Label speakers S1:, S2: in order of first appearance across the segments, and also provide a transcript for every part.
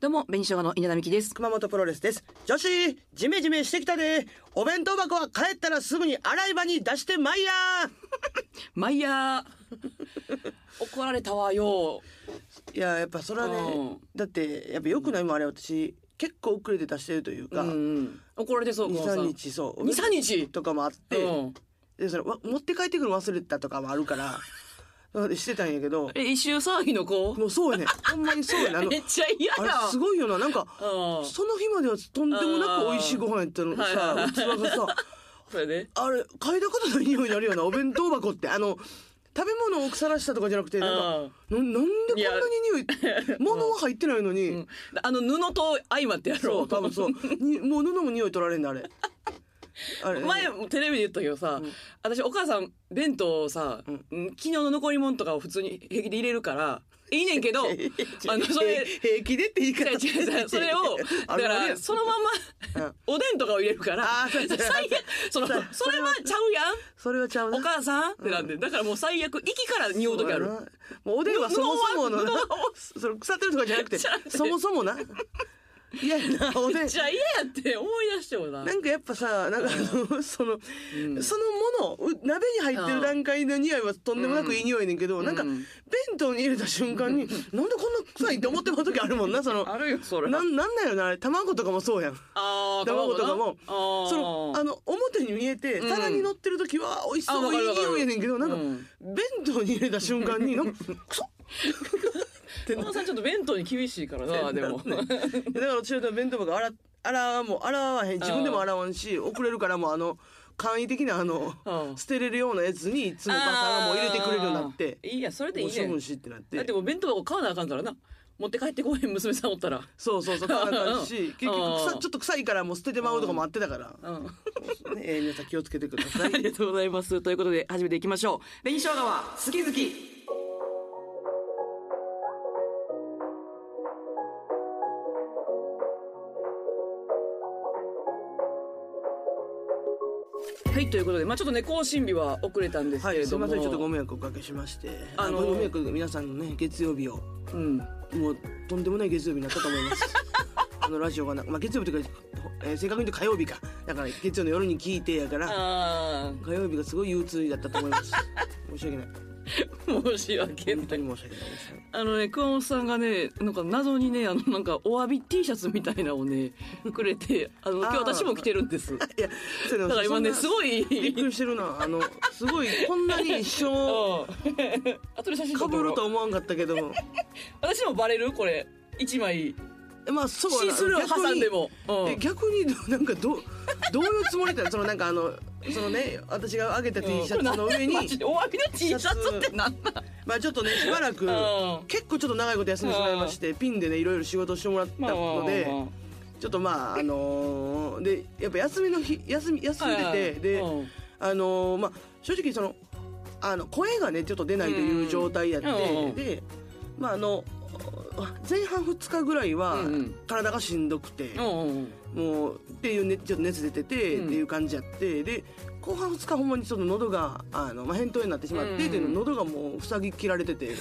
S1: どうも紅生姜の稲田美希です
S2: 熊本プロレスです女子ジメジメしてきたでお弁当箱は帰ったらすぐに洗い場に出してまいや
S1: マイヤー 怒られたわよ
S2: いややっぱそれは
S1: う
S2: ね
S1: ん
S2: だってやっぱよくないもんあれ私結構遅れて出してるという
S1: う
S2: か、
S1: んうん怒られてそう
S2: 23日そうお
S1: 二
S2: 弁
S1: 三日
S2: 当とかもあって、
S1: うん
S2: でそれわ持って帰ってくるの忘れてたとかもあるからなんでしてたんやけど
S1: え一周騒ぎの子
S2: もうそうやねほんまにそうやねあの
S1: めっちゃ嫌
S2: あれ
S1: や
S2: すごいよななんか
S1: うん
S2: その日まではとんでもなく美味しいご飯やったのに
S1: はいはいは
S2: さ
S1: い
S2: 器がさ
S1: それで
S2: あれ嗅いだことない匂いになるよなお弁当箱ってあの食べ物を腐らしたとかじゃなくてなんかななんでこんなに 匂い物は入ってないのに、
S1: うんあの布と相まってやろ
S2: そう多分そうにもう布も匂い取られんだあれあれ
S1: 前もテレビで言ったけどさ、私お母さん弁当をさ、
S2: うん
S1: うん昨日の残り物とかを普通に平気で入れるからい いねんけどあのそ
S2: へ
S1: れ
S2: 平気でって言い方
S1: 違う違う違うそれをだ か
S2: あるあるや
S1: ら
S2: ん
S1: そのまま、
S2: うん
S1: おでんとかを入れるから
S2: あーそうそう
S1: 最悪そのそれはちゃうや
S2: それはちゃうん
S1: お母さんってなんで、だからもう最悪息から匂う時ある
S2: そうやなもうおでんはそもそもの
S1: 布
S2: な
S1: は
S2: それ腐ってるとかじゃな くて
S1: じゃなくて
S2: そもそもな嫌やなおでん
S1: じゃあ嫌やって思い出してもな
S2: なんかやっぱさなんかあのその、そのものう鍋に入ってる段階の匂いはとんでもなくいい匂いねんけど、なんか
S1: う
S2: 弁
S1: ん
S2: 当に入れた瞬間に、なんでこんな臭いって思ってまう時あるもんなそ の
S1: あるよそれ
S2: な
S1: あ
S2: んなんだよなあれ卵とかもそうやん
S1: あー
S2: 卵とか
S1: な
S2: も
S1: あー
S2: そのあの表に見えて
S1: うん
S2: 皿に乗ってる時は美味しそ
S1: あ
S2: う
S1: わか
S2: い
S1: る
S2: い
S1: わかる
S2: 匂いやねんけどなんか、
S1: うん
S2: 弁当に入れた瞬間 になんかクソッ
S1: お母さんちょっと弁当に厳しいからなでも
S2: だから私は弁当箱洗っ洗わも洗わへん自分でも洗わんし遅れるからもうあの簡易的なあの
S1: うん
S2: 捨てれるようなやつにいつもお母さんがもう入れてくれるようになって
S1: あーいいやそれでい
S2: も
S1: いう
S2: 処
S1: ね
S2: 分しってなっ
S1: だって
S2: て
S1: もう弁当箱買わなあかんからな持って帰ってこへん娘さんおったら
S2: そうそうそう買わなあかんし
S1: うん
S2: 結局
S1: う
S2: 臭
S1: ん
S2: ちょっと臭いからもう捨ててまうとかもあってたから
S1: うん
S2: そうねえー皆さん気をつけてくださ
S1: あ
S2: い
S1: りがとうございますということで始めていきましょう紅生姜は好き好きはいということでまあちょっとね更新日は遅れたんです
S2: は
S1: けれ
S2: いす
S1: ど
S2: み
S1: も
S2: ませんちょっとご迷惑をおかけしまして
S1: あ
S2: あ
S1: の
S2: のご迷惑皆さんのね月曜日を
S1: うん
S2: もうとんでもない月曜日になったと思います。 あのラジオがな、まあ、月曜日というか、えー正確に言うと火曜日か。だから月曜の夜に聞いてやから、
S1: あ
S2: 火曜日がすごい憂鬱だったと思います。 申し訳ない。
S1: ー申し訳ない
S2: 本当に申し訳ないです。
S1: あのね、熊本さんがね、なんか謎にね、あの、なんか、お詫び T シャツみたいなのをね、くれて、あの、今日
S2: あー
S1: 私も着てるんです。だ
S2: いや、それ
S1: から今ね、す
S2: そんな
S1: ごい、
S2: びっくりしてるな。あの、すごい、こんなに一生
S1: あ後で写真撮
S2: か
S1: っても
S2: ぶ
S1: らお
S2: る
S1: う
S2: とは思わんかったけど、
S1: 私もバレるこれ。一枚。
S2: えまあ、そう
S1: シースルー挟んでも。うん
S2: え逆にどなんかどうどういうつもりだったのそのなんかあのそのね私が上げた T シャツの上に、
S1: マジでお詫びの T シャツってなんなん
S2: まあちょっとねしばらく
S1: うん
S2: 結構ちょっと長いこと休んでしまいましてピンでねいろいろ仕事をしてもらった
S1: まあまあまあ
S2: の
S1: ま
S2: で
S1: あ
S2: ちょっとまああのーでやっぱ休みの日休み休んで
S1: はいはい
S2: てで
S1: うん
S2: あのーまあ正直そのあの声がねちょっと出ないという状態やっ
S1: うんう
S2: て
S1: ん
S2: でまああの前半2日ぐらいは
S1: うんうん
S2: 体がしんどくて
S1: うんうんうん
S2: もうっていうねちょっと熱出ててっ
S1: うん
S2: ていう感じやってで後半2日ほんまにちょっと喉があの、まあ、扁桃炎になってしまってっていうの喉がもう塞ぎ切られ てて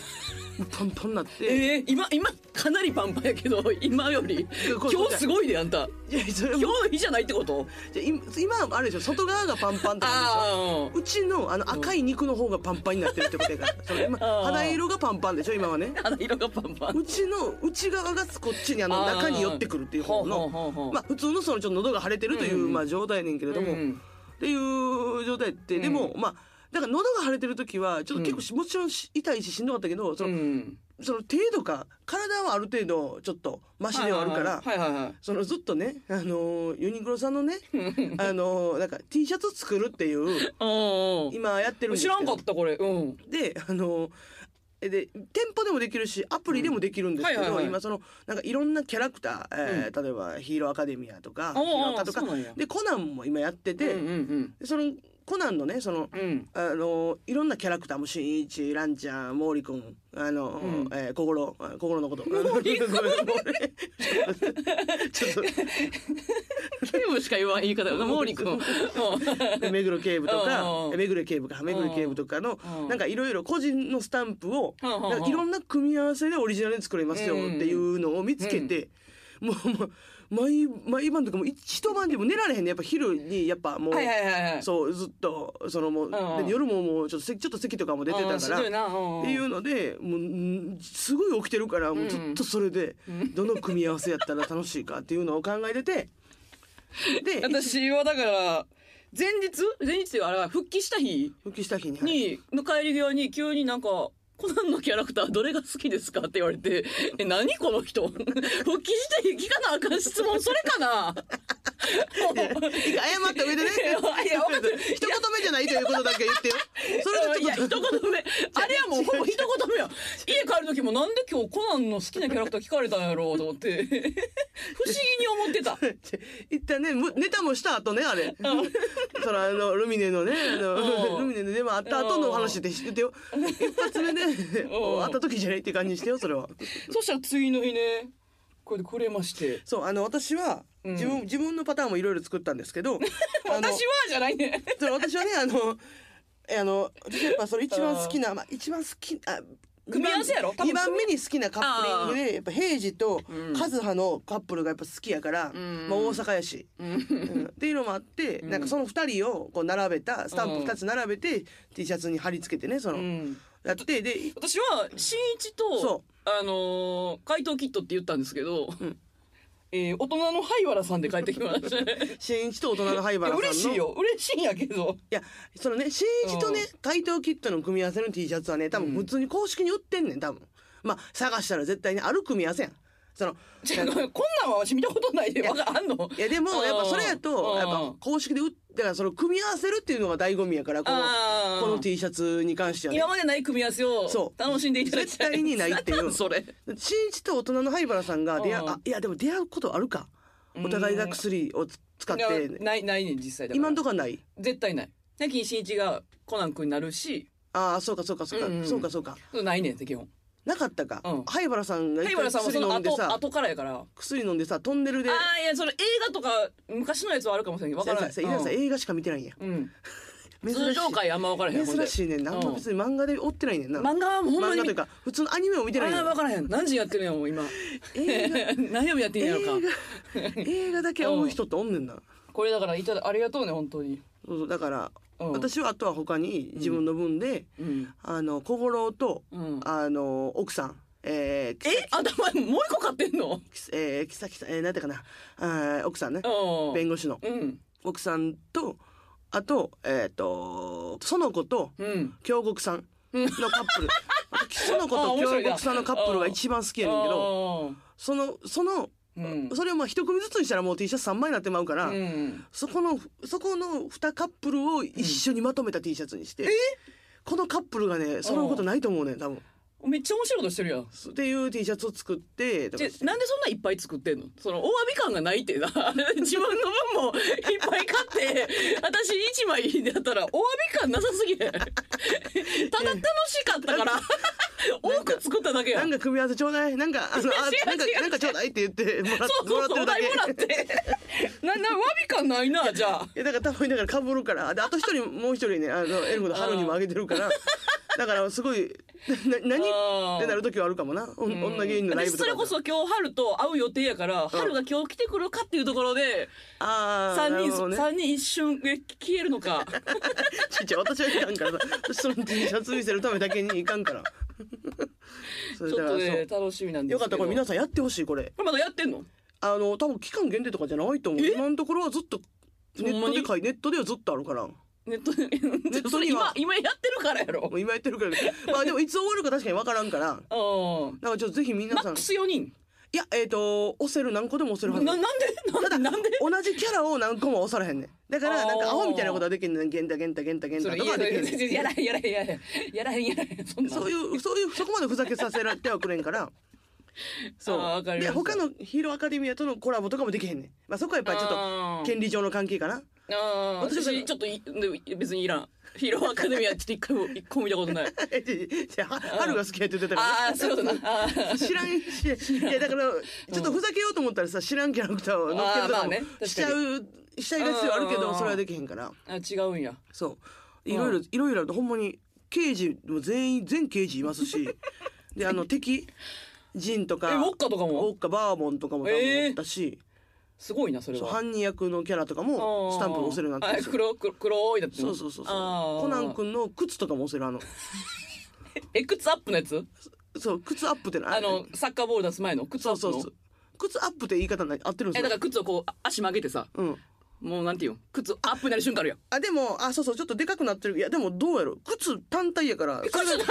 S2: パンパンになって。
S1: えー、今、今、かなりパンパンやけど、 今より。
S2: こう
S1: 今日すごいね、あんた。
S2: いやそれ
S1: 今日の日じゃないってこと
S2: じゃ今今あれでしょ外側がパンパンって感
S1: あ
S2: じでしょうちのあの赤い肉の方がパンパンになってるってことやからその今
S1: あー
S2: 肌色がパンパンでしょ今はね
S1: あ、肌色がパンパン。
S2: うちの内側がこっちにあの
S1: あー
S2: 中に寄ってくるっていう
S1: ほ
S2: 方
S1: うほうほうほ
S2: の
S1: う
S2: まあ普通のそのちょっと喉が腫れてるといううんまあ状態やねんけれど
S1: う
S2: も、
S1: ん
S2: っていう状態って、でもまあだから喉が腫れてる時はちょっと結構し、もちろんし痛いししんどかったけどその,、
S1: うん
S2: その程度か体はある程度ちょっとマシではあるから、
S1: はいはいはい。
S2: そのずっとね、あのーユニクロさんのねあのーなんか T シャツ作るって いう
S1: うんうん
S2: 今やってるんです
S1: 知
S2: けど
S1: らんかったこれ。うん。
S2: であのーえで店舗でもできるしアプリでもできるんですけ
S1: うんはいはいは
S2: ど
S1: い
S2: 今そのなんかいろんなキャラクター、えー例えば「ヒーローアカデミア」とか「
S1: おー
S2: ヒーローアカ」とか
S1: そうなんや
S2: でコナンも今やってて、
S1: うんうん
S2: でそのコナンのねその
S1: うん。 うん。
S2: あのいろんなキャラクターもしんいちランちゃん毛利君あの、
S1: ん
S2: えー、心あ心 のことごめんごめんちょっと
S1: でもしか言わん言い方よな毛利君もう
S2: で目黒警部と
S1: うん
S2: か
S1: うん
S2: え目黒警部か目黒警部とかの
S1: うん
S2: なんかいろいろ個人のスタンプを
S1: うんうんうん
S2: なんかいろんな組み合わせでオリジナルで作れますよっていうのを見つけてもうもう毎毎晩とかも一晩でも寝られへんねやっぱ昼にやっぱもう
S1: はいはいはいはい
S2: そうずっとそのもう
S1: うんうん
S2: で夜ももうちょっとせちょっと咳とかも出てた
S1: うん
S2: か
S1: しん
S2: ら
S1: どいなうん
S2: っていうのでもうんすごい起きてるからもうずっとそれでどの組み合わせやったら楽しいかっていうのを考えててで
S1: 私はだから前日前日っていうかあれは復帰した日
S2: 復帰した日にはい
S1: に、の帰り際に急になんか、コナンのキャラクターどれが好きですかって言われ て、え、何この人 復帰して聞かなあかん質問、それかな も う
S2: 一回謝った上でね
S1: いやいや分かってる
S2: 一言目じゃないということだけ言ってよそれ
S1: い
S2: で
S1: や、
S2: ちょ
S1: 一
S2: っと
S1: 言目。あれはもうほぼ一言目や。家帰る時もなんで今日コナンの好きなキャラクター聞かれたんやろうと思って、 不思議に思ってた。
S2: 一旦ねむネタもした後ねあれそのあのルミネのねあ
S1: う
S2: の
S1: ん
S2: ルミネのデマあった後のお話でしててよ一発目ね
S1: うん
S2: 会った時じゃないって感じにしてよそれは
S1: そしたら次の日ね、これでくれまして。
S2: そうあの私は
S1: うん
S2: 自分自分のパターンもいろいろ作ったんですけ どあの
S1: 私はじゃないね。
S2: それ私はねあのえあの私やっぱその一番好きなまあ一番好きあ
S1: 組み合わせやろ多分
S2: 2番目に好きなカップリングでやっぱ平治と
S1: うん
S2: 和葉のカップルがやっぱ好きやから、
S1: うん
S2: まあ、大阪やし、
S1: うん
S2: うんっていうのもあって、
S1: うん
S2: なんかその2人をこう並べたスタンプ
S1: うん
S2: 2つ並べて、T シャツに貼り付けてねその、
S1: うん
S2: やってでい
S1: 私は新一と
S2: そ
S1: あのー怪盗キットって言ったんですけど、
S2: ん
S1: えー大人の灰原さんで帰ってきましたね
S2: 新一と大人の灰
S1: いや
S2: 原さんの
S1: 嬉しいよ嬉しいんやけど
S2: いやそのね新一とね
S1: うん
S2: 怪盗キットの組み合わせの T シャツはね多分普通に公式に売ってんねん多分まあ探したら絶対にある組み合わせやんそ の
S1: ちょこんなんは私見たことないでわかあんの
S2: いやでもやっぱそれや
S1: う
S2: と
S1: ん
S2: やっぱ公式で売ってだからその組み合わせるっていうのが醍醐味やからこの
S1: あー
S2: この T シャツに関してはね
S1: 今までない組み合わせを
S2: そう
S1: 楽しんでいただきたい
S2: 絶対にないっていう
S1: なん それ
S2: 新一と大人の灰原さんが出会
S1: う
S2: うんあいやでも出会うことあるか
S1: うん
S2: お互いが薬を使っ
S1: いや
S2: て
S1: ないないね実際だから
S2: 今んとこはない
S1: 絶対ない最近新一がコナン君になるし
S2: ああそうかそうかそうか、
S1: うんうん
S2: そうかそうか
S1: ないねんって基本
S2: なかったか、
S1: うん
S2: 灰原さんが
S1: 灰
S2: 一回
S1: 原さんはそ
S2: 薬
S1: の
S2: 飲んで
S1: 後
S2: さ
S1: 後からやから
S2: 薬飲んでさトンネルで
S1: ああいやそれ映画とか昔のやつはあるかもしれんけどわからない
S2: さささ
S1: う
S2: さ
S1: ん
S2: 映画しか見てないんや
S1: うん
S2: 珍しい
S1: 通常回あんま分からへんほんで
S2: 珍しいねんなあんま別に漫画で追ってないねんな漫
S1: 漫画はもうほんま
S2: 画
S1: に
S2: というか普通のアニメを見てないね
S1: ああ
S2: ん
S1: 分からへん何時やってるんやもう 今
S2: 映画
S1: 何曜日やってんやろ
S2: 映
S1: か
S2: 画映画だけ追う人っておんねんな
S1: これだからいただありがとうね本当に
S2: そうそうだから
S1: うん
S2: 私はあとは他に自分の分で
S1: うん
S2: あの小五郎と
S1: うん
S2: あの奥さんえー
S1: え頭もう一個買ってんの
S2: きさえーきさきさえーなんていうかなあー奥さんね
S1: うん
S2: 弁護士の
S1: うん
S2: 奥さんとあとえっと園子と
S1: うん
S2: 京極さんのカップルその 子
S1: あ
S2: と
S1: 面白い
S2: 京
S1: な
S2: 極さんのカップルが一番好きやねんけど
S1: ど
S2: そのその、
S1: うん
S2: それをまあ一組ずつにしたらもう T シャツ3枚になってまうから、
S1: うん
S2: そこのそこの2カップルを一緒にまとめた T シャツにして、このカップルがねそのことないと思うねん多分
S1: めっちゃ面白いことしてるやん
S2: っていう T シャツを作ってとか
S1: じゃなんでそんないっぱい作ってんのその大詫び感がないってな自分の分もいっぱい買って私一枚だったら大詫び感なさすぎてただ楽しかったから多く作っただけや
S2: なんか組み合わせちょうだいなんかあのあなんかなんかちょうだいって言ってもらっ
S1: そうそう
S2: もらっ
S1: そう
S2: て
S1: お
S2: るだ
S1: 題
S2: け
S1: もらってなな詫び感ないなじゃあ
S2: いやだから多分だからかぶるからであと一人もう一人ねあのエルフの春にもあげてるからだからすごいなな何
S1: あー
S2: ってなる時はあるかもなおん女芸人のライブ
S1: 私
S2: と
S1: そ
S2: か
S1: れこそ今日春と会う予定やから、春が今日来てくるかっていうところで
S2: ああ
S1: 3人、
S2: ね
S1: 三人一瞬え消えるのか
S2: ちっちゃい私はいかんからさ私その T シャツ見せるためだけにいかんから そ
S1: ちょ
S2: れ
S1: っとね
S2: だからそ
S1: 楽しみなん
S2: う
S1: で
S2: よ
S1: す
S2: か
S1: けど
S2: ったらこれ皆さんやってほしいこれ
S1: これまだやってんの
S2: あの多分期間限定とかじゃないと思う
S1: え
S2: 今のところはずっとネッ
S1: ほんま
S2: ト
S1: に
S2: で買いネットではずっとあるからも
S1: ネットで、ネ
S2: ットには
S1: 今、今やってるからやろ。
S2: う今やっ てるからまあでもいつ終わるか確かにわからんから
S1: うん。
S2: なんかちょっとぜひ皆
S1: マ
S2: さ
S1: ッ
S2: ん
S1: クス4人。
S2: いやえっ、と押せる何個でも押せる
S1: な、な
S2: は
S1: ん
S2: ず
S1: でなんでなんで
S2: 同じキャラを何個も押されへんねんだからなん
S1: あー
S2: かアホみたいなことはできんねんゲンタゲンタゲンタゲン
S1: そ
S2: タ
S1: れ、
S2: と
S1: い
S2: かは
S1: や
S2: できへんねん
S1: やらへん、やらへん、やらへん。やらへん、やらへん。そんな。
S2: そういう、そういう、そこまでふざけさせられてはくれんから。そ
S1: あーわかりま
S2: う。で、
S1: した
S2: 他のヒーローアカデミアとのコラボとかもできへんねん。まあ、そこはやっぱりちょっ
S1: あ
S2: と
S1: ー
S2: 権利上の関係かな。
S1: あー。
S2: 私
S1: 私、ちょっとい、で別にいらん。ヒーローアカデミア、ちょっと一回も、一個も見たことない。
S2: え、ちちは春が好きやって言ってたか
S1: ああ、そういうことな。あ
S2: ら。知らんし、いや、だから、ちょっとふざけようと思ったらさ、知らんキャラクターを乗っける
S1: あーま
S2: と
S1: あ
S2: か
S1: ね確か
S2: も
S1: に
S2: しちゃうしたいが必要あるけ
S1: うんうんう
S2: ど
S1: ん
S2: それはできへんから
S1: あ違うんや
S2: そういろいろ、いろいろとほんまに刑事も全員全刑事います しであの敵ジンと
S1: え
S2: か
S1: ウォッカとか
S2: ウォ
S1: も
S2: ッカバーボンとかも多分おったし、
S1: すごいなそれ
S2: そう
S1: は
S2: 犯人役のキャラとか
S1: うん
S2: もスタンプ押せるようになって
S1: あ
S2: るし
S1: 黒黒黒いだって
S2: そうそうそう
S1: あ
S2: そう
S1: ー
S2: コナン君の靴とかも押せるあの
S1: え靴アップのやつ
S2: そう靴アップってな
S1: あのサッカーボール出す前の靴ア
S2: そう
S1: ップの
S2: そうそう靴アップって言い方な合ってるんで
S1: えだか
S2: すよ
S1: ら靴をこうあ足曲げてさ
S2: うん
S1: もうなんていうん靴アップになる瞬間あるやん
S2: あでもあそうそうちょっとでかくなってるいやでもどうやろ靴単体やから
S1: 靴
S2: それ
S1: なんだ
S2: が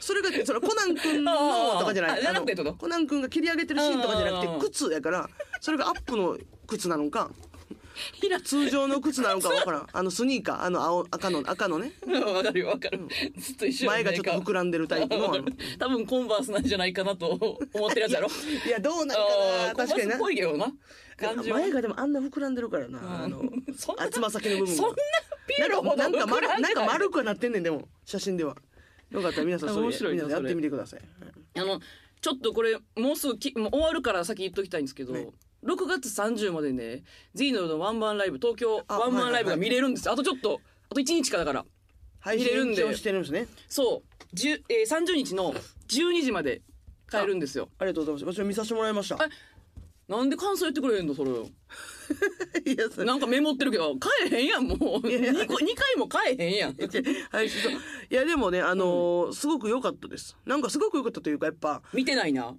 S2: それがそのコナン君のとかじゃな
S1: あ
S2: い
S1: じゃな
S2: あ
S1: く
S2: の
S1: てってこと
S2: コナン君が切り上げてるシーンとかじゃな
S1: うんうん
S2: く
S1: う
S2: て
S1: ん
S2: 靴やからそれがアップの靴なのか
S1: ひら
S2: 通常の靴なのかわからんあのスニーカーあの青赤の赤のね
S1: うんわかるよわかる、ずっと一緒
S2: 前がちょっと膨らんでるタイプのあの
S1: 多分コンバースなんじゃないかなと思ってるやつやろ
S2: いやどうなんか
S1: あ
S2: な
S1: ーコンバ
S2: 確か
S1: ー
S2: に
S1: スっ
S2: な
S1: ぽいけどな感じは
S2: 前がでもあんな膨らんでるから
S1: う
S2: な あの
S1: んそんな
S2: あつま先の部分
S1: そんなピエロほど
S2: なんかなんか
S1: 膨らんで
S2: 丸
S1: な
S2: ないんか丸くはなってんねんでも写真ではよかったら皆さんそれ
S1: 面白いな
S2: 皆さんやっ
S1: それ
S2: てみてください
S1: あのちょっとこれもうすぐきもう終わるから先言っときたいんですけど、
S2: ね
S1: 6月30までね Z ののワンマンライブ東京
S2: あ
S1: ワンマンライブが見れるんです、あとちょっとあと1日かだから
S2: 配
S1: 見れるん
S2: 信
S1: で
S2: 一応してるんですね
S1: そう、10えー、30日の12時まで買えるんですよ
S2: ありがとうございます私も見させてもらいました
S1: あなんで感想言ってくれへんのそれ
S2: いやそれ
S1: なんかメモってるけど買えへんやんもう
S2: いやいや
S1: 2, 個二回も買えへんやん
S2: はい、そういやでもねあのーすごく良かったですなんかすごく良かったというかやっぱ
S1: 見てないな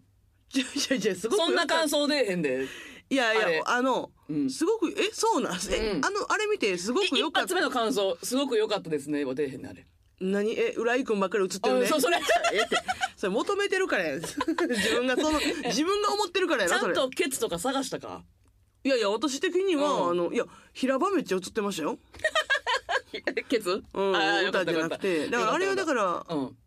S1: い
S2: やいやいやすごく
S1: そんな感
S2: 想
S1: 想出えへんで
S2: いやい
S1: あれ
S2: やあの、
S1: うん
S2: すごくえそうなんえ、
S1: うん
S2: あのあれ見てすごく
S1: い
S2: 良
S1: 一
S2: かっ
S1: 発
S2: た
S1: 目の感想すごく良かったですねは出えへんねあれ
S2: 何え浦井君ばっかり映ってるね
S1: あそうそれ
S2: えって それ求めてるからやん 自分が その自分が思ってるからや
S1: ち
S2: な
S1: ゃ
S2: そ
S1: ん
S2: れ
S1: とケツとか探したか
S2: いやいや私的には、
S1: うん
S2: あのいや平場めっちゃ映ってましたよ、
S1: ケツ
S2: うん、
S1: あーよかっ
S2: 歌
S1: た
S2: じ
S1: よか
S2: ゃな
S1: った
S2: くてだからあれはだから
S1: うん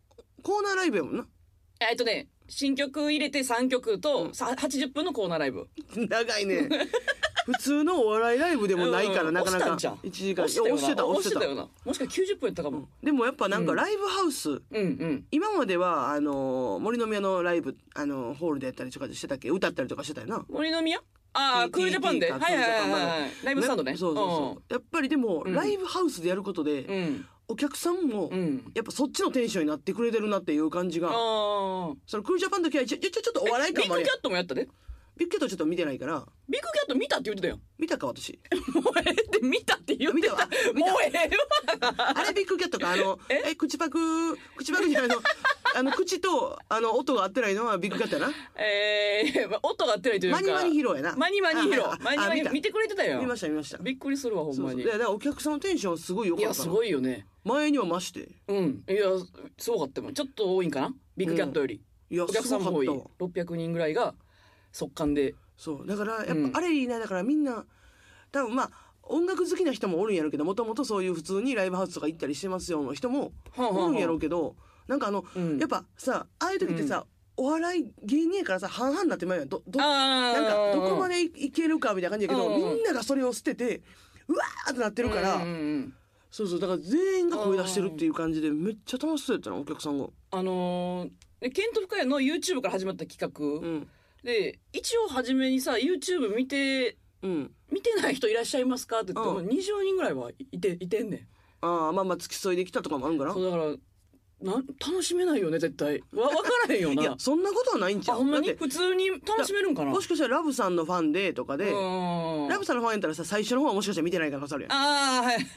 S2: コーナーライブやもんな
S1: えっとね新曲入れて3曲とさ80分のコーナーライブ
S2: 長いね 普通のお笑いライブでもないから、
S1: うん
S2: なかな
S1: 押した
S2: か
S1: んちゃう
S2: 1時間
S1: 押したよ
S2: いや押してた
S1: な
S2: 押してた
S1: よなもしかしたら90分やったかも
S2: でもやっぱなん
S1: う
S2: か
S1: ん
S2: ライブハウス、
S1: うんうん
S2: 今まではあのー森の宮のライブあのーホールでやったりとかしてたっけ歌ったりとかしてたよな
S1: 森の宮ああ
S2: TTT
S1: クールジャパンでは
S2: か
S1: いはいはいはいライブスタンドね
S2: そうそうそう、やっぱりでも、
S1: うん
S2: ライブハウスでやることで、
S1: うんうん
S2: お客さんも、
S1: うん
S2: やっぱそっちのテンションになってくれてるなっていう感じ
S1: あ
S2: が
S1: あ
S2: そのクールジャパンの時はちょちょちょっとお笑い
S1: ビッ
S2: 感もあ
S1: グ
S2: る
S1: キャットもやったで
S2: ビッグキャットちょっと見てないから
S1: ビッグキャット見たって言って たよ
S2: 見たか私
S1: もうええって見たって言って
S2: 見
S1: た
S2: たわ
S1: もうええわ
S2: あれビッグキャットかあのえ口パク口パクじゃないのあの口とあの音が合ってないのはビッグキャットやな
S1: えー、まあ音が合ってないというか
S2: マニマニヒロやな
S1: マニマニヒロ
S2: あはい
S1: マニマニ
S2: あ見た
S1: 見てくれてたよ
S2: 見ました見ました
S1: びっくりするわほん
S2: そう
S1: ま
S2: そう
S1: に
S2: いやだからお客さんのテンションすごい良
S1: い
S2: か
S1: や
S2: った
S1: す
S2: な
S1: ごいよね
S2: 前には増して
S1: うんいやすごかったもんちょっと多いんかなビッグキャットより、
S2: いや
S1: お客さんも多い
S2: すごかったわ
S1: 600人ぐらいが速乾で
S2: そうだからやっ
S1: うん
S2: ぱあれいいなだからみんな多分まあ音楽好きな人もおるんやろうけどもともとそういう普通にライブハウスとか行ったりしてますよの人も
S1: はあはあはあ
S2: おるんやろうけどなんかあの
S1: うん
S2: やっぱさああいう時ってさお笑い芸人やからさ半々になってまうやんどど
S1: あ
S2: なんかどこま
S1: で
S2: でいけるかみたいな感じやけど
S1: うんうん
S2: みんながそれを捨ててうわーってなってるからそうそうだから全員が声出してるっていう感じでめっちゃ楽しそうやったなお客さんが。
S1: あのーでケント・フカヤの YouTube から始まった企画、
S2: うん
S1: で一応初めにさ YouTube 見て
S2: うん
S1: 見てない人いらっしゃいますかって言って、
S2: うん
S1: もう20人ぐらいはいていてんねん
S2: ああまあまあ付き添いできたとかもあるんかな
S1: そうだからなん楽しめないよね絶対 わ分からへんよ
S2: い
S1: な
S2: やそんなことはないんち
S1: あ
S2: ゃ
S1: ほ
S2: うん
S1: ま
S2: だっ
S1: に
S2: て
S1: 普通に楽しめるんかな
S2: もしかしたらラブさんのファンでとかで
S1: うん
S2: ラブさんのファンやったらさ最初の方はもしかしたら見てない可能性あるやん
S1: ああはい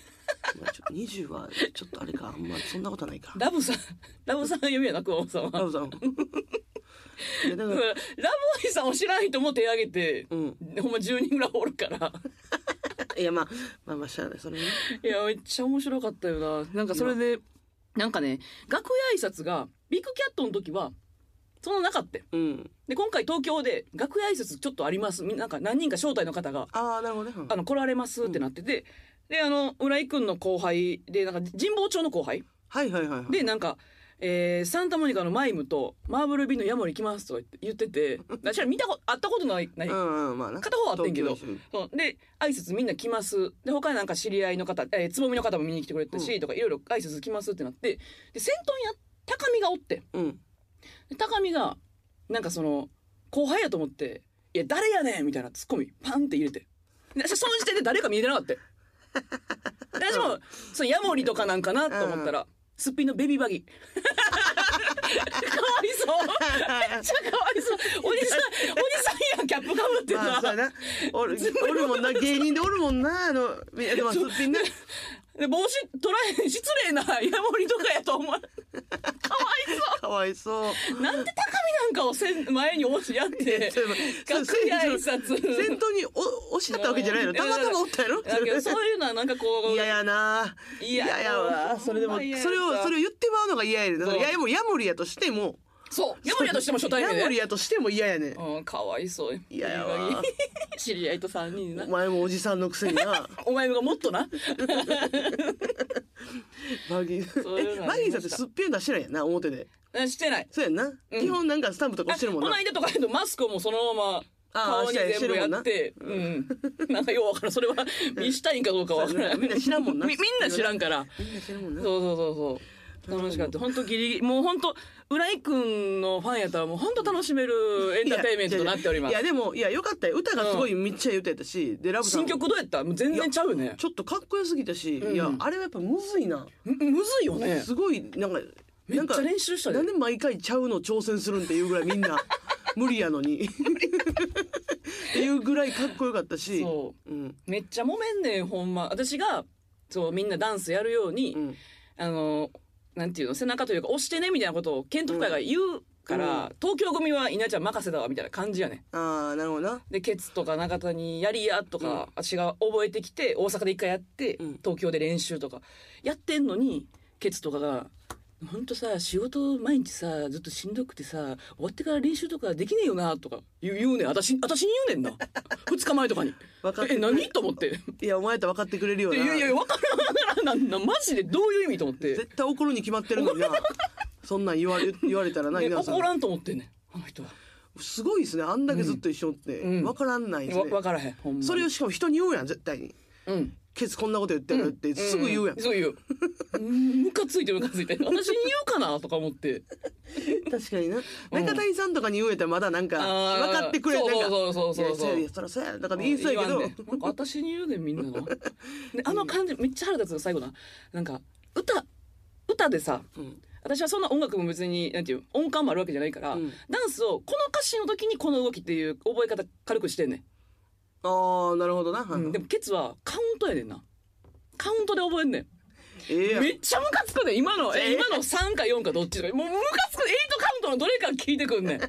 S2: まあちょっと20はちょっとあれかあんまそんなことはな いか
S1: ラブさんラブさん読みやな久保さんは
S2: ラブさんいやだ
S1: う
S2: か
S1: ん
S2: ら
S1: ラブおじさんを知らん人も手挙げて、
S2: うん
S1: ほんま10人ぐらいおるから
S2: いやまあまあまあしゃあないそれね
S1: いやめっちゃ面白かったよななんかそれでなんかね楽屋挨拶がビッグキャットの時はそのなかった
S2: うん
S1: で今回東京で楽屋挨拶ちょっとありますみなんか何人か招待の方が
S2: ああなるほどねうん
S1: あの来られますってなってて、であの浦井君の後輩でなんか神保町の後輩
S2: はいはいはいはい
S1: でなんか、えーサンタモニカのマイムとマーブルビーのヤモリ来ますとか言って言ってて私ら見たこと会ったことないない、
S2: うんうんまあな
S1: 片方は合ってんけど
S2: 東京一
S1: そうで挨拶みんな来ますで他なんか知り合いの方、えーつぼみの方も見に来てくれたし、とかいろいろ挨拶来ますってなってで先頭にや高見がおって
S2: 緒うん
S1: で高見がなんかその後輩やと思って「いや誰やねん!」みたいなツッコミパンって入れてでその時点で誰か見えてなかったよで私もそのヤモリとかなんかなと思ったら、すっぴんのベビーバギーかわいそうめっちゃかわいそうおじさんおじさんやんキャップかぶって
S2: まあそう
S1: さ
S2: やなおるおるも んな芸人でおるもんなあのみでもすっぴんね
S1: で帽子取らへん失礼なヤモリとかやと思うかわいそ
S2: かわい そう
S1: うなんで高見なんかをせん前におしやって
S2: そうそう
S1: 楽屋挨拶
S2: 先頭にお押しだったわけじゃないのたまたまおったやろ
S1: だけどそういうのはなんかこう
S2: 嫌やな
S1: 嫌やわ
S2: わそれでも
S1: ほ
S2: そ
S1: んま嫌や
S2: れを
S1: わ
S2: それを言ってまうのが嫌やねんだから
S1: そう
S2: いやもうヤモリやとしても
S1: そうヤモリやとしても初対面
S2: ヤモリ
S1: で
S2: やとしても嫌やねん
S1: うんかわいそう
S2: 嫌やわ
S1: 知り合いと3人な
S2: お前もおじさんのくせ にな
S1: お前がもっとな
S2: バギー
S1: そういうのありました
S2: えバギーさんってすっぴん出してないやんな表で
S1: えしてない
S2: そうやんな、
S1: うん
S2: 基本なんかスタンプとか
S1: あ
S2: してるもん
S1: こ
S2: な
S1: の間とかやとマスクをもうそのまま
S2: あー
S1: 顔に全部やっ
S2: して
S1: てうん、なんかようわからんそれは見したいんかどうかわからない
S2: みんな知らんもんな
S1: みみんな知らんから
S2: みんなしてるもん
S1: そ
S2: な
S1: うそうそうそう楽しかった本当ギリギリもう本当浦井くんのファンやったらもう本当楽しめるエンターテインメントとなっておりま
S2: いや
S1: す
S2: いやでもいやよかったよ歌がすごいめっちゃ言うてたし、でラブさ
S1: 新
S2: んも
S1: 曲どうやったもう全然ちゃうね
S2: ちょっとかっこよすぎたし、
S1: うん
S2: いやあれはやっぱむずいな、
S1: むむずいよね
S2: すごいなんか
S1: め
S2: な
S1: っ
S2: ん
S1: ち
S2: か
S1: ゃ練習したで
S2: なんで毎回ちゃうの挑戦するんっていうぐらい みんな無理やのにっていうぐらいかっこよかったし、
S1: そう
S2: ん
S1: めっちゃ揉めんねんほんま私がそうみんなダンスやるように、
S2: うん、
S1: あのなんていうの背中というか押してねみたいなことをケントフカが言うから、
S2: うん
S1: 東京組は稲ちゃん任せだわみたいな感じやねん。
S2: ああなるほどな
S1: でケツとか中谷やりやと
S2: うん
S1: か、私が覚えてきて大阪で一回やって、
S2: うん
S1: 東京で練習とかやってんのにケツとかが「ほんとさ仕事毎日さずっとしんどくてさ終わってから練習とかできねえよな」とか言う言うねん私私に言うねんな 2日前とかに
S2: 分かっ
S1: 「
S2: て
S1: え
S2: くれ
S1: 何?」と思って。
S2: いやお前やったら分かってくれるよ
S1: い
S2: な
S1: やい や、わからんからんな、マジでどういう意味と思って。
S2: 絶対怒るに決まってるのになそんなん言われ言われたらな
S1: ね
S2: 稲田さん
S1: 怒らんと思ってんねん、あの人は。
S2: すごいですねあんだけずっと一緒って、
S1: うん
S2: 分からんないですね
S1: わ、わからへん、ほんまに。
S2: それをしかも人に言うやん絶対に
S1: うん、
S2: ケツこんなこと言って
S1: う
S2: るっ
S1: ん。
S2: てすぐ言うやん、
S1: すぐ言う。うんムカついてるムカついてる。私に言うかなとか思って。
S2: 確かにな中谷さんとかに言うやったらまだなんか
S1: あー
S2: 分かってくれるなんか
S1: そうそうそうそうそう
S2: いやいやそりゃそうやだから言いそうやけど、
S1: ん言わんでなんか私に言うねん、みんな の。であの感じ、めっちゃ腹立つの、最後な。なんか、歌、歌でさ、
S2: うん
S1: 私はそんな音楽も別に、なんていう、音感もあるわけじゃないから、
S2: うん
S1: ダンスを、この歌詞の時にこの動きっていう覚え方軽くしてんねん。
S2: ああなるほどな、
S1: うんでもケツはカウントやねんな。カウントで覚えんねん。
S2: ええやん
S1: めっちゃムカつくねん今の、え、
S2: え
S1: 今の3か4かどっちとか、もうムカつくねん。8カウントのどれか聞いてくんねん。ダン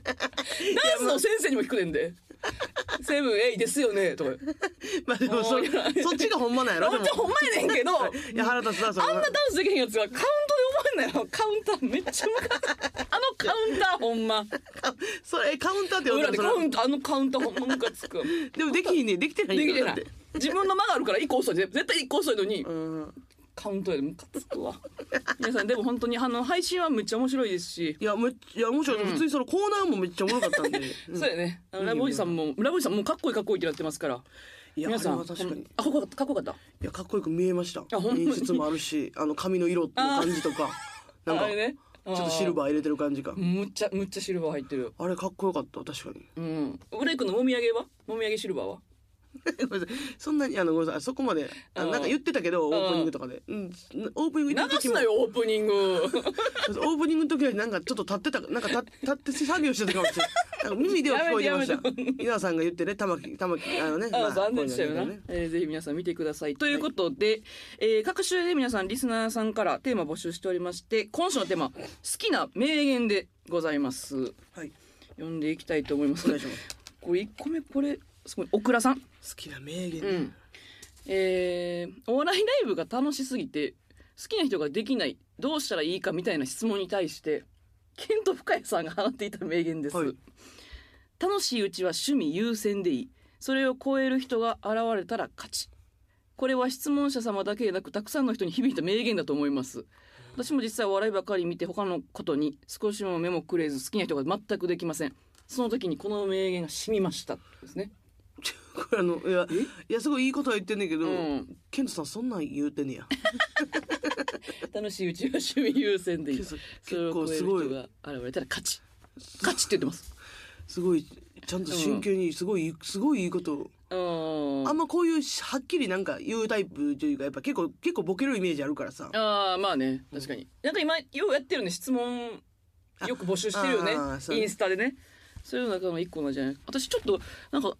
S1: スの先生にも聞くねんで。セブン、エイですよね、とか。
S2: まあでもそれ
S1: もういや
S2: そっちがほんまなんやろ
S1: ほんとほんまやねんけど、あん
S2: いや腹立つなそれ
S1: なダンスできへんやつがカウントで覚えんなよ。カウンターめっちゃムカつく。あのカウンターほんま。
S2: それえカウンターって呼んだ
S1: 裏
S2: ら
S1: で
S2: そ
S1: カウ
S2: れ
S1: ンター、あのカウンターほんまムカつ く。
S2: でもできひんねんできてない
S1: で
S2: ん
S1: き
S2: や
S1: て
S2: ろ
S1: な
S2: だ
S1: い
S2: っ。
S1: 自分の間があるから1個遅い。絶対1個遅いのに、
S2: うん
S1: カウントやでムカつくわ皆さんでも本当にあの配信はめっちゃ面白いですし、
S2: いやめっちゃいや面白い、普通にそのコーナーもめっちゃおもろかった んで、うん
S1: そうやねあのラブおじさんもラブおじさんもうかっこいいかっこいいってなってますから
S2: いや
S1: 皆さ
S2: あ
S1: ん
S2: れは確かに
S1: あかっこよかったかっこよかっ
S2: いやかっこよく見えました
S1: あほんまに
S2: 演出もあるしあの髪の色の感じと か
S1: た
S2: なんか
S1: あれねち
S2: ちょっとシルバー入れてる感じか
S1: ーむっちゃむっちゃシルバー入ってる
S2: あれかっこよかった確かに
S1: うんブレイクのもみあげはもみあげシルバーは
S2: ごめんなさい そんなにあのごめんなさいそこまであ
S1: うん
S2: なんか言ってたけどオープニングとかで、うん、オープニング行った
S1: 流
S2: 時
S1: す
S2: も
S1: なよオープニング
S2: オープニングの時はなんかちょっと立ってたなんか立立って作業してたかも しれないなんか耳では聞こえてまし
S1: やめてやめ
S2: た稲田さんが言ってね玉木玉木あのね
S1: あ
S2: まあ
S1: 残念でしたよな、
S2: こういうのね
S1: えーぜひ皆さん見てくださいということで、えー各週で皆さんリスナーさんからテーマ募集しておりまして今週のテーマ好きな名言でございます
S2: はい
S1: 読んでいきたいと思います
S2: お願いします
S1: これ1個目これすごいオクラさん、
S2: 好きな名言、
S1: んえーお笑いライブが楽しすぎて好きな人ができないどうしたらいいかみたいな質問に対してケント深谷さんが放っていた名言です、
S2: はい
S1: 楽しいうちは趣味優先でいいそれを超える人が現れたら勝ちこれは質問者様だけでなくたくさんの人に響いた名言だと思います私も実際お笑いばかり見て他のことに少しも目もくれず好きな人が全くできませんその時にこの名言が染みましたですね
S2: これあのいやいやすごいいいことは言ってんねんけど、
S1: うん
S2: ケントさんそんなん言うてんねや
S1: 楽しいうちは趣味優先でいい
S2: 結
S1: それを
S2: 構
S1: 超え
S2: す
S1: る
S2: ごい
S1: 人が現れたら勝ち勝ちって言ってます
S2: すごいちゃんと真剣にすごい、すごいいいこと。
S1: うん
S2: あんまこういうはっきりなんか言うタイプというかやっぱ結構結構ボケるイメージあるからさ。
S1: ああまあね確かになんか今ようやってるね質問よく募集してるよね
S2: ああそう
S1: インスタでねそういうの中の一個なんじゃない私ちょっとなんか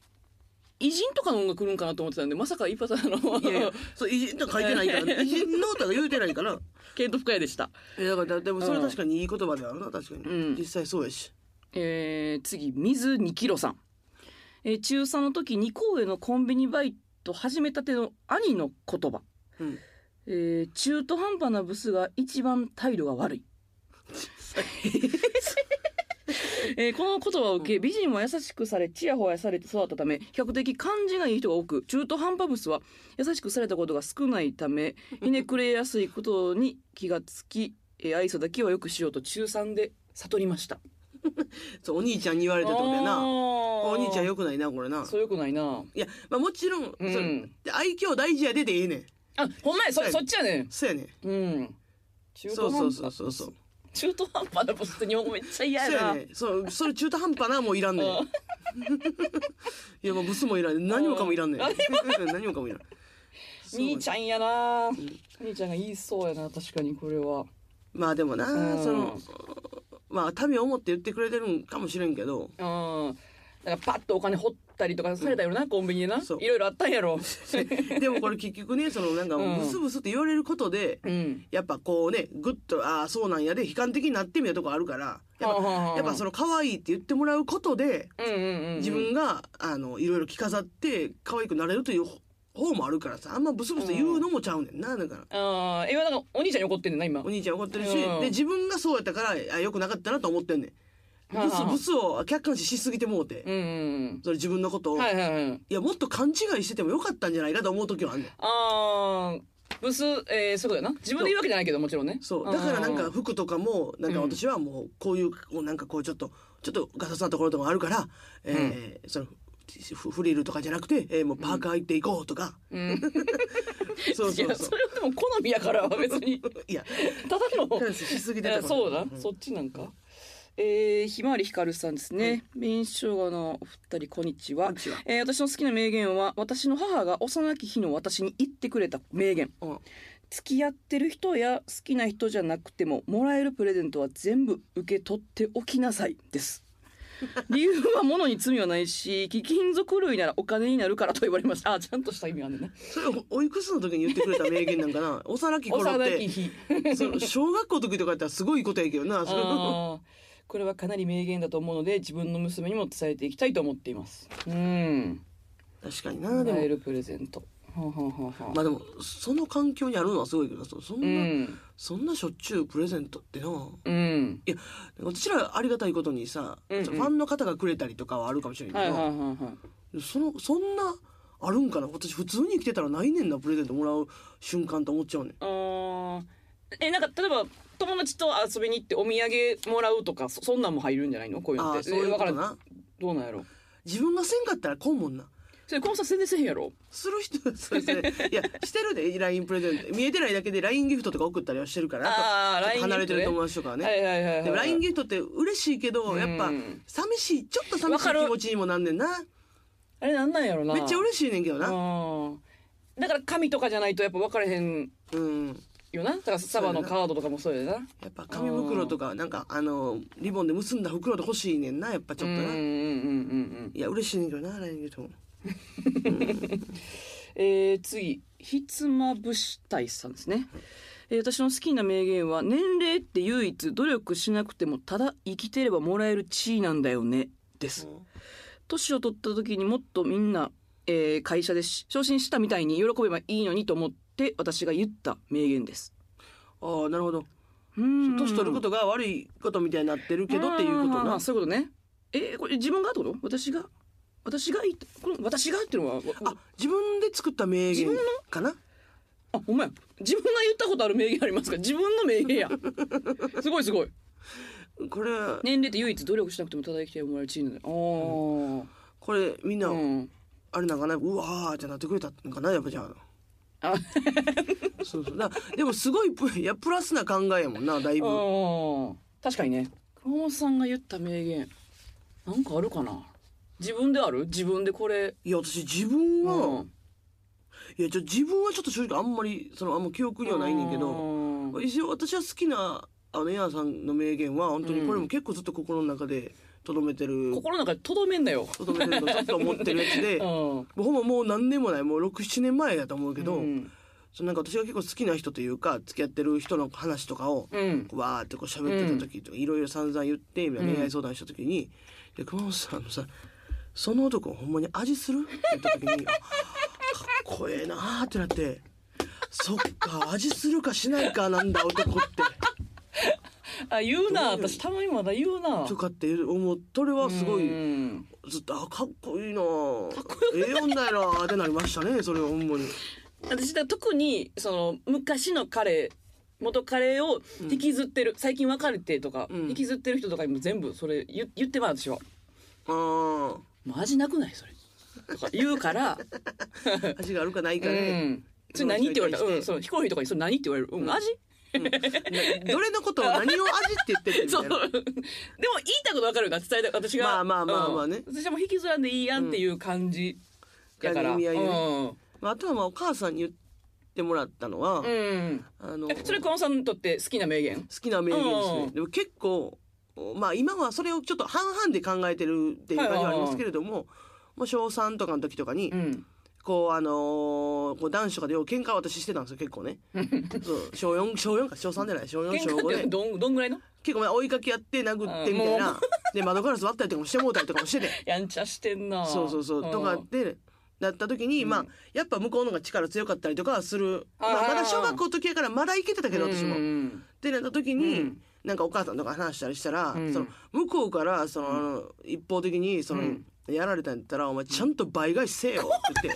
S1: 偉人とかの音が来るんかなと思ってたんでまさか一発あの
S2: いやいや、そう偉人とか書いてないから、偉人ノートが言うてないから。
S1: ケント深谷でした
S2: えだからでもそれ確かにいい言葉だよな確かに、
S1: うん
S2: 実際そうやし。
S1: えー次水2キロさん、えー中3の時二高へのコンビニバイト始めたての兄の言葉、
S2: うん
S1: えー中途半端なブスが一番態度が悪 いえーこの言葉を受け美人は優しくされちやほやされて育ったため比較的感じがいい人が多く中途半端ブスは優しくされたことが少ないた めひねくれやすいことに気がつき、えー愛想だけはよくしようと中3で悟りました
S2: そうお兄ちゃんに言われたってことやな。お
S1: お
S2: 兄ちゃん
S1: よ。
S2: よくないなこれな。
S1: そうよくないな。
S2: いや、まあ、もちろん、
S1: うん
S2: それで愛嬌大事やででええねん。
S1: あ、ほんまや、そ、
S2: そうやね
S1: そっちやねん。
S2: そうやねん。
S1: うん。中
S2: そ
S1: 途
S2: うそ
S1: 半
S2: う
S1: 端。
S2: そうそうそう。
S1: 中途半端なボスって日本語めっちゃ嫌
S2: そう
S1: や
S2: や
S1: な。
S2: ねん。そう、それ中途半端なもういらんねん。
S1: うん
S2: いや、もうブスもいらんねん。何もかもいらんねん。何もかもいらん。
S1: 兄ちゃんやな。兄ちゃんが言いそうやな、確かにこれは。
S2: まあでもな、
S1: うん
S2: その、まあ、民を思って言ってくれてるんかもしれん けど、
S1: うん。だからパッとお金掘ったりとかされたよな、コンビニでな。
S2: そう
S1: いろいろあったんやろ。
S2: でもこれ結局ね、そのなんか
S1: うん
S2: ブスブスって言われることで、
S1: うん。
S2: やっぱこうね、ぐっと、ああ、そうなんやで、悲観的になってみたとこあるから、やっぱ、
S1: ぱ
S2: やっぱそ
S1: の、
S2: の可愛いって言ってもらうことで、
S1: うんうんうん。
S2: 自分が、あの、いろいろ着飾って可愛くなれるという方もあるからさ、あんまブスブス言うのもちゃうねんな、だから。
S1: ああ、え、なんかお兄ちゃんに怒ってんねんな、今
S2: お。兄ちゃん怒ってるし、
S1: うん
S2: で、自分がそうやったから、あ、良くなかったなと思ってんねん。
S1: はあ
S2: ブ
S1: は
S2: ス
S1: あ
S2: ブスを客観視しすぎてもうて、
S1: うんうん
S2: それ自分のこと
S1: う
S2: を。
S1: ん。はいはいはい。
S2: いや、もっと勘違いしててもよかったんじゃないかと思う時はあんねん。
S1: ああ、ブス、えー、そういうことやな。自分で言うわけじゃないけど、もちろんね。
S2: そう。だからなん
S1: う
S2: か
S1: う
S2: 服とかも、なんか
S1: うん
S2: 私はもう、こういう、こうなんかこうちょっと、ちょっとガサツなところとかもあるから、えー、その、フフリルとかじゃなくて、えーもうパーカー行っていこう とか。
S1: うん。 うん
S2: そう
S1: い
S2: そう
S1: や、
S2: そう
S1: そ。れはでも好みやから、別に。
S2: いや、
S1: ただ の。
S2: 感謝しすぎて
S1: いや
S2: た
S1: そうだ、
S2: ん
S1: そっちなんか。えー、ひまわりひかるさんですね。民主化のお二人、こんにちは。
S2: こんにちは
S1: えー私の好きな名言は、私の母が幼き日の私に言ってくれた名言。
S2: うん
S1: 付き合ってる人や好きな人じゃなくてももらえるプレゼントは全部受け取っておきなさい です理由は物に罪はないし貴金属類ならお金になるからと言われましたあちゃんとした意味あるね
S2: それおおいくつの時に言ってくれた名言なんか な幼き頃っ
S1: 幼き
S2: て
S1: 日
S2: その小学校の時とかやったらすごいいいことやけどなそれ
S1: あーこれはかなり名言だと思うので自分の娘にも伝えていきたいと思っていますうん
S2: 確かにな
S1: も
S2: で
S1: らえ
S2: も
S1: るプレゼントはんはんはんはん
S2: まあでもその環境にあるのはすごいけどそそ
S1: う
S2: んな、
S1: ん
S2: そんなしょっちゅうプレゼントってな
S1: うん
S2: いや私らありがたいことにさ、
S1: うんうん
S2: ファンの方がくれたりとかはあるかもしれな
S1: は
S2: い
S1: い
S2: け
S1: は
S2: ど、
S1: いはいはい
S2: そのそんなあるんかな私普通に生きてたらないねんなプレゼントもらう瞬間と思っちゃうねん
S1: あーえなんか例えば友達と遊びに行ってお土産もらうとかそそんなんも入るんじゃないのこういうのっ
S2: あ
S1: て
S2: あそういう
S1: えわ
S2: こ
S1: から
S2: と
S1: ん
S2: な
S1: どうなんやろ
S2: 自分がせんかったらこうもんな
S1: それコンサ全然せへんやろ
S2: する人はそうです ね。いや、してるで、LINE プレゼント。見えてないだけで LINE ギフトとか送ったりはしてるから、
S1: あー
S2: やっぱちょっと離
S1: LINE ギフト
S2: れて
S1: ね
S2: る友達とかは
S1: は
S2: ね。
S1: いはいはいはい
S2: でも LINE ギフトって嬉しいけど、やっぱ
S1: うん、
S2: 寂しい、ちょっと寂
S1: わ
S2: し
S1: か
S2: い
S1: る
S2: 気持ちにもなんねんな。
S1: あれなんなんやろな
S2: めっちゃ嬉しいねんけど
S1: い
S2: な。
S1: だから紙とかじゃないとやっぱ分からへん
S2: うん。
S1: よなだからサバの
S2: そうやな
S1: カードとかもそうやな
S2: やっぱ紙袋とか、なんか、あの、リボンで結んだ袋で欲しいねんな、やっぱちょっと
S1: うんうん
S2: な。
S1: うんうんうん
S2: いや、嬉しいねんけどな、LINE ギフトも。
S1: えー次ひつまぶしたいさんですね、えー私の好きな名言は「年齢って唯一努力しなくてもただ生きてればもらえる地位なんだよね」です年を取った時にもっとみんな、えー会社でし昇進したみたいに喜べばいいのにと思って私が言った名言です
S2: ああ、なるほど。
S1: 年
S2: 年取ることとが悪いことみたいになってるけどっていうこと
S1: ま
S2: な
S1: あ。そういうことねえーこれ自分がってこと私が私が言ったこの私がっていうのはわ
S2: あ、自分で作った名言
S1: 自分の
S2: かな
S1: あ、ほんまや。自分が言ったことある名言ありますか自分の名言 や。すごいすごい。
S2: これ、
S1: 年齢って唯一努力しなくても叩きてもらえるチームだよ。
S2: これみん
S1: あ
S2: な、
S1: あ。うん。
S2: あれなんかなうわーってなってくれたのかなやっぱじゃあ
S1: あ
S2: そうそうだでもすごいプいやプラスな考えやもんなだいぶ
S1: ああ。確かにね。熊本さんが言った名言。なんかあるかな自分である自分でこれ。
S2: いや私自分は、
S1: うん
S2: いやちょ自分はちょっと正直あんまりそのあんま記憶にはないねんけど
S1: うん
S2: 一応私は好きなあのエアーさんの名言は本当にこれも結構ずっと心の中でとどめてる
S1: 心の中でとどめんなよ。
S2: とどめてるとずっと思ってるやつで、
S1: う
S2: も
S1: ん。
S2: うほんまもう何年もないもう67年前やと思うけど、
S1: うん。
S2: そのなんか私が結構好きな人というか付き合ってる人の話とかを
S1: うん
S2: わーってこう喋ってた時とかいろいろ散々言ってみたいな恋愛相談した時に「で熊本さんあのさその男ほんまに味する?」って言っ た時に「あかっこええなー」ってなって「そっか味するかしないかなんだ男って」
S1: あ、言うな。
S2: どういう
S1: 私たまにまだ言うな。
S2: とかって思うそれはすご
S1: う
S2: い
S1: ん
S2: ずっと「あかっこいいなーええ女やなー」ってなりましたねそれはほんまに。
S1: 私だ特にその昔の彼元彼を引きずってる、最近別れてとか、
S2: うん
S1: 引きずってる人とかにも全部それ言言ってまう私は
S2: あー
S1: 「マジなくないそれ」とか言う から「
S2: 味があるかないうかね、
S1: ん、それ何?」って言われたら「
S2: うん
S1: うん、その飛行機とかにそれ何?」って言われる「うん、味?
S2: うんなどれのことを何を味って言ってて」みた
S1: そう
S2: い
S1: で
S2: な
S1: も言いたいこと分かるから伝えたい私が
S2: まあまあまあまあね
S1: うん私はもう引きずらんでいいやんっていう感じやから、
S2: 意味合いで
S1: うん
S2: まあ、あとはまあお母さんに言ってもらったのは、
S1: うん、
S2: あの
S1: えそれ
S2: 好
S1: 熊本さんにとって好きな名言
S2: きな名言ですね、
S1: うん
S2: でも結構まあ今はそれをちょっと半々で考えてるっていう感じはありますけれども、もう小3とかの時とかに、
S1: うん
S2: こうあのーこう男子とかでよう喧嘩私してたんですよ 結構ねそう小4小4か小3じゃない小4
S1: 喧
S2: 小
S1: 嘩っ
S2: 5
S1: て
S2: で
S1: どんどんぐらいの
S2: 結構まあ追いかけやって殴ってみたい
S1: うんも
S2: なで窓ガラス割ったりとかもしてもうたりとかもしてて
S1: やんちゃしてんな
S2: そうそうそうとか
S1: ん
S2: でなった時に、まあやっぱ向こうの方が力強かったりとかはする、ま
S1: あ
S2: あ、
S1: ー
S2: まだ小学校の時やからまだいけてたけど私も。
S1: うんうん
S2: ってなった時に、
S1: うん
S2: なんかお母さんとか話したりしたら、
S1: うん
S2: その向こうからその、あの一方的にその、
S1: うん
S2: やられたんやったらお前ちゃんと倍返しせえよっ て言っ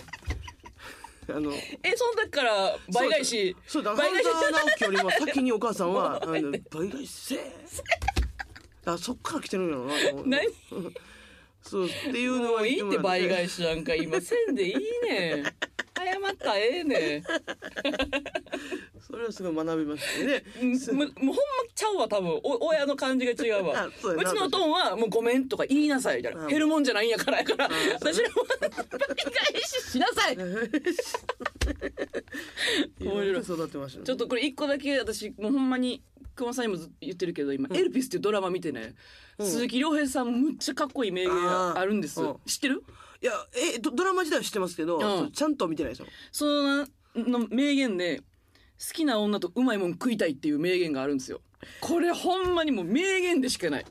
S2: てあの
S1: えその時から倍返し
S2: そうだ
S1: 倍
S2: 半
S1: 返し
S2: 沢直樹よりも先にお母さ んは「あの倍返しせえ」あそっから来てるんやろうなと思う
S1: 何
S2: そうっていうの
S1: も
S2: は
S1: うい
S2: 言
S1: いっ
S2: もら
S1: て倍
S2: し
S1: 返しなんか今せんでいいねん謝ったらええねん
S2: それはすごい学びましたね
S1: うんもうもうほんまちゃうわ多分お親の感じが違うわ
S2: あそうや
S1: う
S2: な
S1: ちのおとんは「もうごめん」とか言いなさいみたいな
S2: うん
S1: 減るもんじゃないんやからやから
S2: ん
S1: 私らも 倍返ししなさい面白い
S2: ろ育ってましたね
S1: ちょっとこれ一個だけ私もうほんまに熊さんにもずっと言ってるけど今「エルピス」っていうドラマ見てね、
S2: うん
S1: 鈴木亮平さんむっちゃかっこいい名言
S2: あー
S1: あるんです
S2: うん
S1: 知ってる
S2: いやえドドラマ自体は知ってますけど、
S1: ん
S2: そうちゃんとは見てないですよ
S1: そのの名言で好きな女とうまいもん食いたいっていう名言があるんですよこれほんまにもう名言でしかない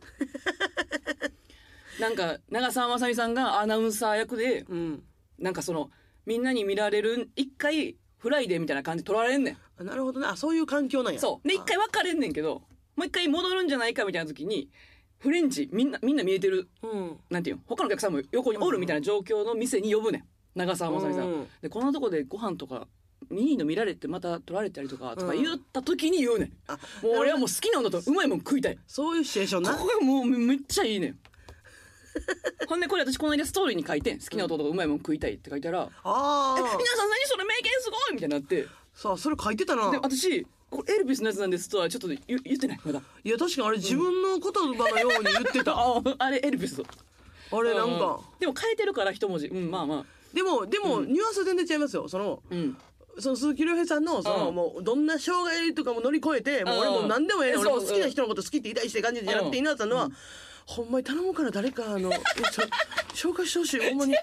S1: なんか長澤まさみさんがアナウンサー役で
S2: うん
S1: なんかそのみんなに見られる一回フライデーみたいな感じで撮られんねん
S2: あなるほどねあそういう環境なんや
S1: そう。で、一回別れんねんけど、もう一回戻るんじゃないかみたいな時に、フレンチ、みんな、みんな見えてる、
S2: あうん
S1: なんていうの他のお客さんも横におるみたいな状況の店に呼ぶねん。長澤まさみさ
S2: うんん。
S1: で、こんなとこでご飯とか、見いいの見られてまた取られたりとか、とか
S2: うん
S1: 言った時に言うねん。
S2: あ
S1: もう俺はもう好きな女とうまいもん食いたい。こ
S2: そういうシチュエーションな
S1: こがもうめっちゃいいねん。ほんでこれ私この間ストーリーに書いてん好きな男とうまいもん食いたいって書いたら、え
S2: あ
S1: 皆さん
S2: あ
S1: 何それ名言すごいみたいになって、で
S2: さあそれ書いてたな
S1: 私、これエルビスのやつなんですとはちょっと言言ってない、まだ。
S2: いや確かにあれ自分の言葉のように言ってた、
S1: ああれエルビス
S2: あれなんか、
S1: うでも変えてるから一文字うんまあまあ
S2: でもでも、ニュアンス全然違いますよその
S1: うん
S2: その鈴木亮平さんのその、
S1: うん
S2: もうどんな障害とかも乗り越えて、もう
S1: うん
S2: 俺もう何でもええねん
S1: そう
S2: 俺
S1: そ
S2: も
S1: う
S2: 好きな人のこと好きって言いたいして感じじゃな
S1: う
S2: くて
S1: ん
S2: 稲田さんのは、ほんまに頼むから誰か あのちょ紹介してほしいほんまに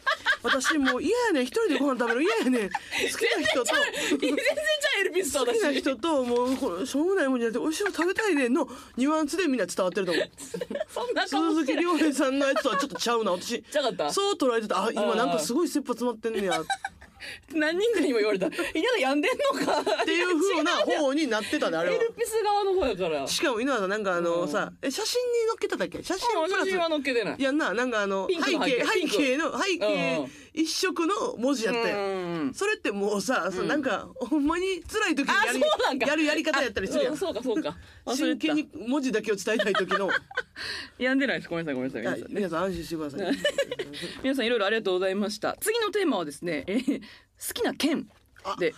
S2: 私もう嫌やねん一人でご飯食べる嫌やねん好き な人と
S1: 全然じゃあエルピスと
S2: 好
S1: 私
S2: きな人ともうこのしょうもないもんじゃなくて美味しいもの食べたいねんのニュアンスでみんな伝わってると思う
S1: そんな顔
S2: 鈴
S1: して
S2: 木
S1: ない
S2: 亮平さんのやつとはちょっとちゃうな私
S1: ちゃうかった
S2: そう捉えてたあ今なんかすごい切羽詰まってんねやっ
S1: 何人かにも言われた「稲田やんでんのか」って
S2: いう風な方になってたねあれ
S1: エ
S2: は。
S1: ルピス側の方やから
S2: しかも稲田さんなんかあのさ、え写真に載っけただっけ写真
S1: うん
S2: プラ
S1: 写
S2: ス
S1: 真は載っけてない
S2: いやんななんかあの
S1: ピンク
S2: 背
S1: の背
S2: 景
S1: 景ピンク
S2: 背景の背
S1: う
S2: 景
S1: ん
S2: 一色の文字やっ
S1: う
S2: たよ
S1: ん
S2: それってもうさ、そうなんかほんまに辛い時にや
S1: あそうなん
S2: る
S1: か
S2: やるやり方やったりするや
S1: あ
S2: ん
S1: そうそうかそうか忘れ
S2: 真
S1: て
S2: 剣
S1: た
S2: に文字だけを伝えたい時のは
S1: やんでないですごめんなさいごめんなさい皆さん
S2: い皆さん安心してください
S1: 皆さんいろいろありがとうございました次のテーマはですね、えー好きな県で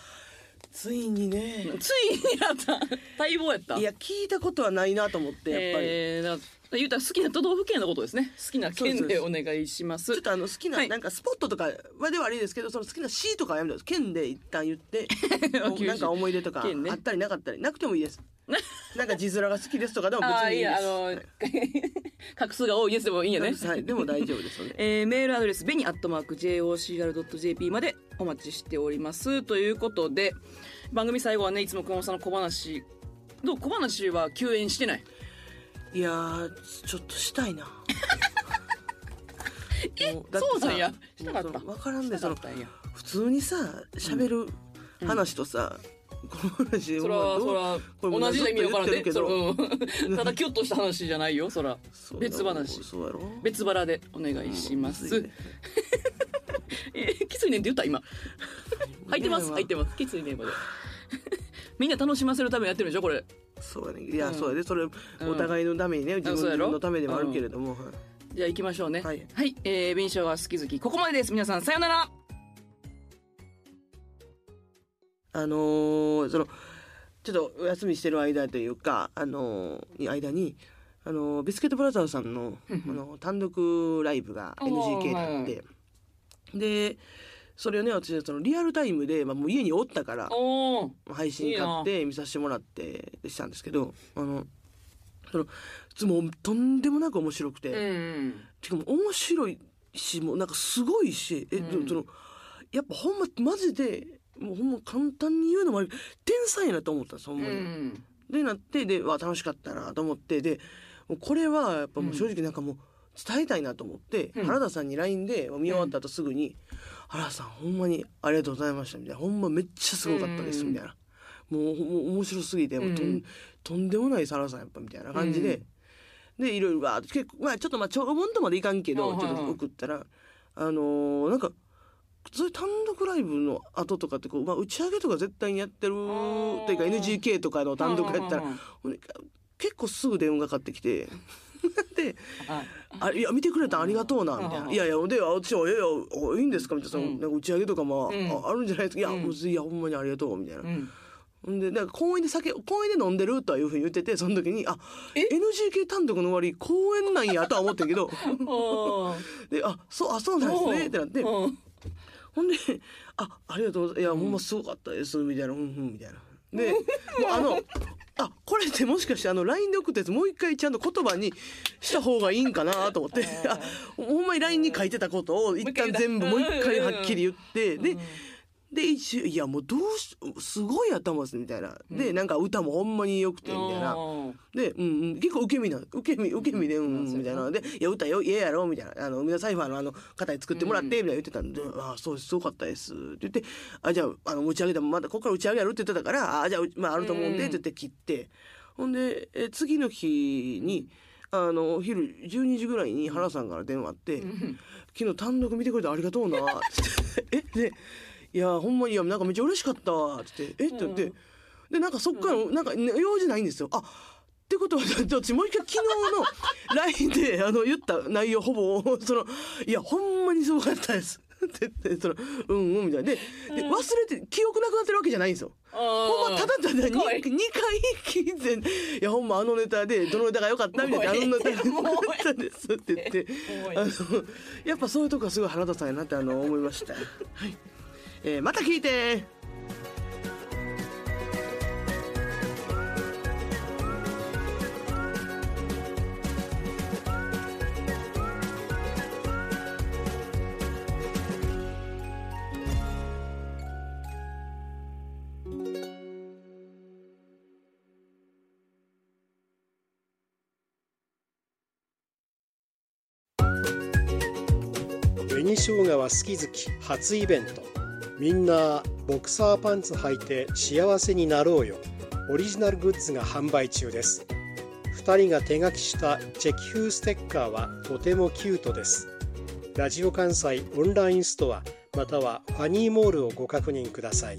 S2: ついにね
S1: ついにやった待望やった
S2: いや聞いたことはないなと思ってやっぱり、
S1: えーだから言うたら好きな都道府県のことですね好きな県でお願いします
S2: ちょっとあの好きな、
S1: はい
S2: なんかスポットとかはではあれですけどその好きな C とかはやめてください県で一旦言って おなんか思い出とか
S1: 県ね
S2: あったりなかったりなくてもい いですなんか字面が好きですとかでも別
S1: ああ
S2: に
S1: い
S2: いいで
S1: やあ
S2: す
S1: の 画数が多いやつでもいいんやね
S2: はい、でも大丈夫です ので
S1: えーメールアドレス、ベニアットマーク JOCR.jp までお待ちしております。ということで、番組最後はね、いつも熊本さんの小話、どう小話は休園してない。
S2: いやーちょっとしたい なもうだっ
S1: そう
S2: てさ
S1: なんやしたかった
S2: もうそのわからんで
S1: した
S2: そ
S1: か
S2: の
S1: ったんや
S2: 普通にさ喋る話とさ、この話
S1: そら、
S2: もうど
S1: そ
S2: うこれも
S1: ら、同じの意味わからん
S2: ずっ
S1: で。
S2: と
S1: そ
S2: 言
S1: ら、うん、ただキュッとした話じゃないよ、そら。
S2: そう
S1: 別話。
S2: そうやろ
S1: 別腹でお願いします。
S2: うん
S1: えーきついねんって言った 今。入ってます、
S2: いや
S1: 入ってます。きついねんまで。 みんな楽しませるためにやってるんでしょ、これ。
S2: そうやねいや、
S1: うん
S2: そうやでそれお互いのためにね、自
S1: そうや
S2: 分
S1: ろ
S2: のためでもあるけれども、はい
S1: じゃあ行きましょうね。は
S2: はいい。
S1: えー、弁償は好き好き。ここまでです。皆さん、さようなら。
S2: あのーそのちょっとお休みしてる間というかあのーに間にあのービスケットブラザーズさんのあの単独ライブが
S1: おー
S2: NGK であって、でそれをね私はそのリアルタイムで、まあ、もう家におったから
S1: おお。
S2: 配信買って見させてもらってしたんですけどあのそのもうとんでもなく面白くて。
S1: うん。
S2: しかも面白いしもうなんかすごいしえ、
S1: うん
S2: そのやっぱほんまマジでもうほんま簡単に言うのもある天才やなと思ったんですほん
S1: う
S2: まに。
S1: ん。
S2: でなってでわ楽しかったなと思ってでもうこれはやっぱもう正直なんかもう伝えたいなと思って、
S1: うん
S2: 原田さんに LINE で見終わった後すぐに「原田さんほんまにありがとうございました」みたいな「ほんまめっちゃすごかったです」
S1: うん
S2: みたいな。もうもう面白すぎてもうとん,、
S1: うん
S2: とんでもないサラさんやっぱみたいな感じで、でいろいろわーって結構まあちょっとまあ長文とまでいかんけど、
S1: はいはいはい
S2: ちょっと送ったらあのーなんかそういう単独ライブの後とかってこう、まあ、打ち上げとか絶対にやってるっていうか
S1: あー
S2: NGK とかの単独やったら
S1: うんうんうんうん
S2: ほんで結構すぐ電話がかかってきて で
S1: あ
S2: あいや見てくれたんありがとうな」みたい
S1: うん
S2: な「いやいやで私はいやいやおいいんですか」みたいなその
S1: うん
S2: なんか打ち上げとかも、
S1: うん
S2: ああるんじゃないですか「いや、
S1: うん
S2: もういやほんまにありがとう」みたいな
S1: う。 ん。
S2: ほんでなんか公園で酒公園で飲んでるとはいうふうに言っててその時に「あ
S1: え
S2: NGK 単独の終わり公園なんや」とは思ってんけど
S1: おー
S2: で「あそうあそうなんですね」ってなって
S1: うん
S2: ほんで「あありがとうございますいやほんますごかったです」みたいな「うんうん」みたい な。でもうあのあこれってもしかしてあの LINE で送ったやつもう一回ちゃんと言葉にした方がいいんかなと思って あほんまに LINE に書いてたことを一旦全部もう一回はっきり言ってでで一応いやもうどうしすごい頭ですみたいなでなんか歌もほんまによくてみたいな。
S1: おー
S2: で、うんうん、結構受け身な受け身受け身で、うん、うん、みたいなで「いや歌よ家やろ」みたいな「あのみんなサイファーのあの方に作ってもらって」みたいな言ってたんで「ああそうですすごかったです」って言って「あじゃああの持ち上げたまたここから打ち上げやる」って言ってたから「ああじゃあ、うまあ、あると思うんで」って言って切ってほんでえ次の日にあのお昼12時ぐらいに原さんから電話あって「昨日単独見てくれてありがとうな」って言ってえでいやほんまにいやなんかめっちゃ嬉しかったわ」って言って「えっ?」て言って。でなんかそっから、なんかね用事ないんですよ。あってことは どっちもう一回昨日の LINE であの言った内容ほぼ その「いやほんまにすごかったです」って言ってその「うんうん」みたいなでで忘れて記憶なくなってるわけじゃないんですよ。ほんまただただ 2,
S1: 怖い
S2: 回聞いて「いやほんまあのネタでどのネタが良かった」みたいな「あ
S1: 怖い
S2: のネタが良
S1: 怖い
S2: かったです」って言って
S1: 怖い
S2: あのやっぱそういうとこはすごい原田さんやなってあの思いました。はいえーまた聞いて
S3: 紅生姜は好き好き初イベントみんなボクサーパンツ履いて幸せになろうよオリジナルグッズが販売中です2人が手書きしたチェキ風ステッカーはとてもキュートですラジオ関西オンラインストアまたはファニーモールをご確認ください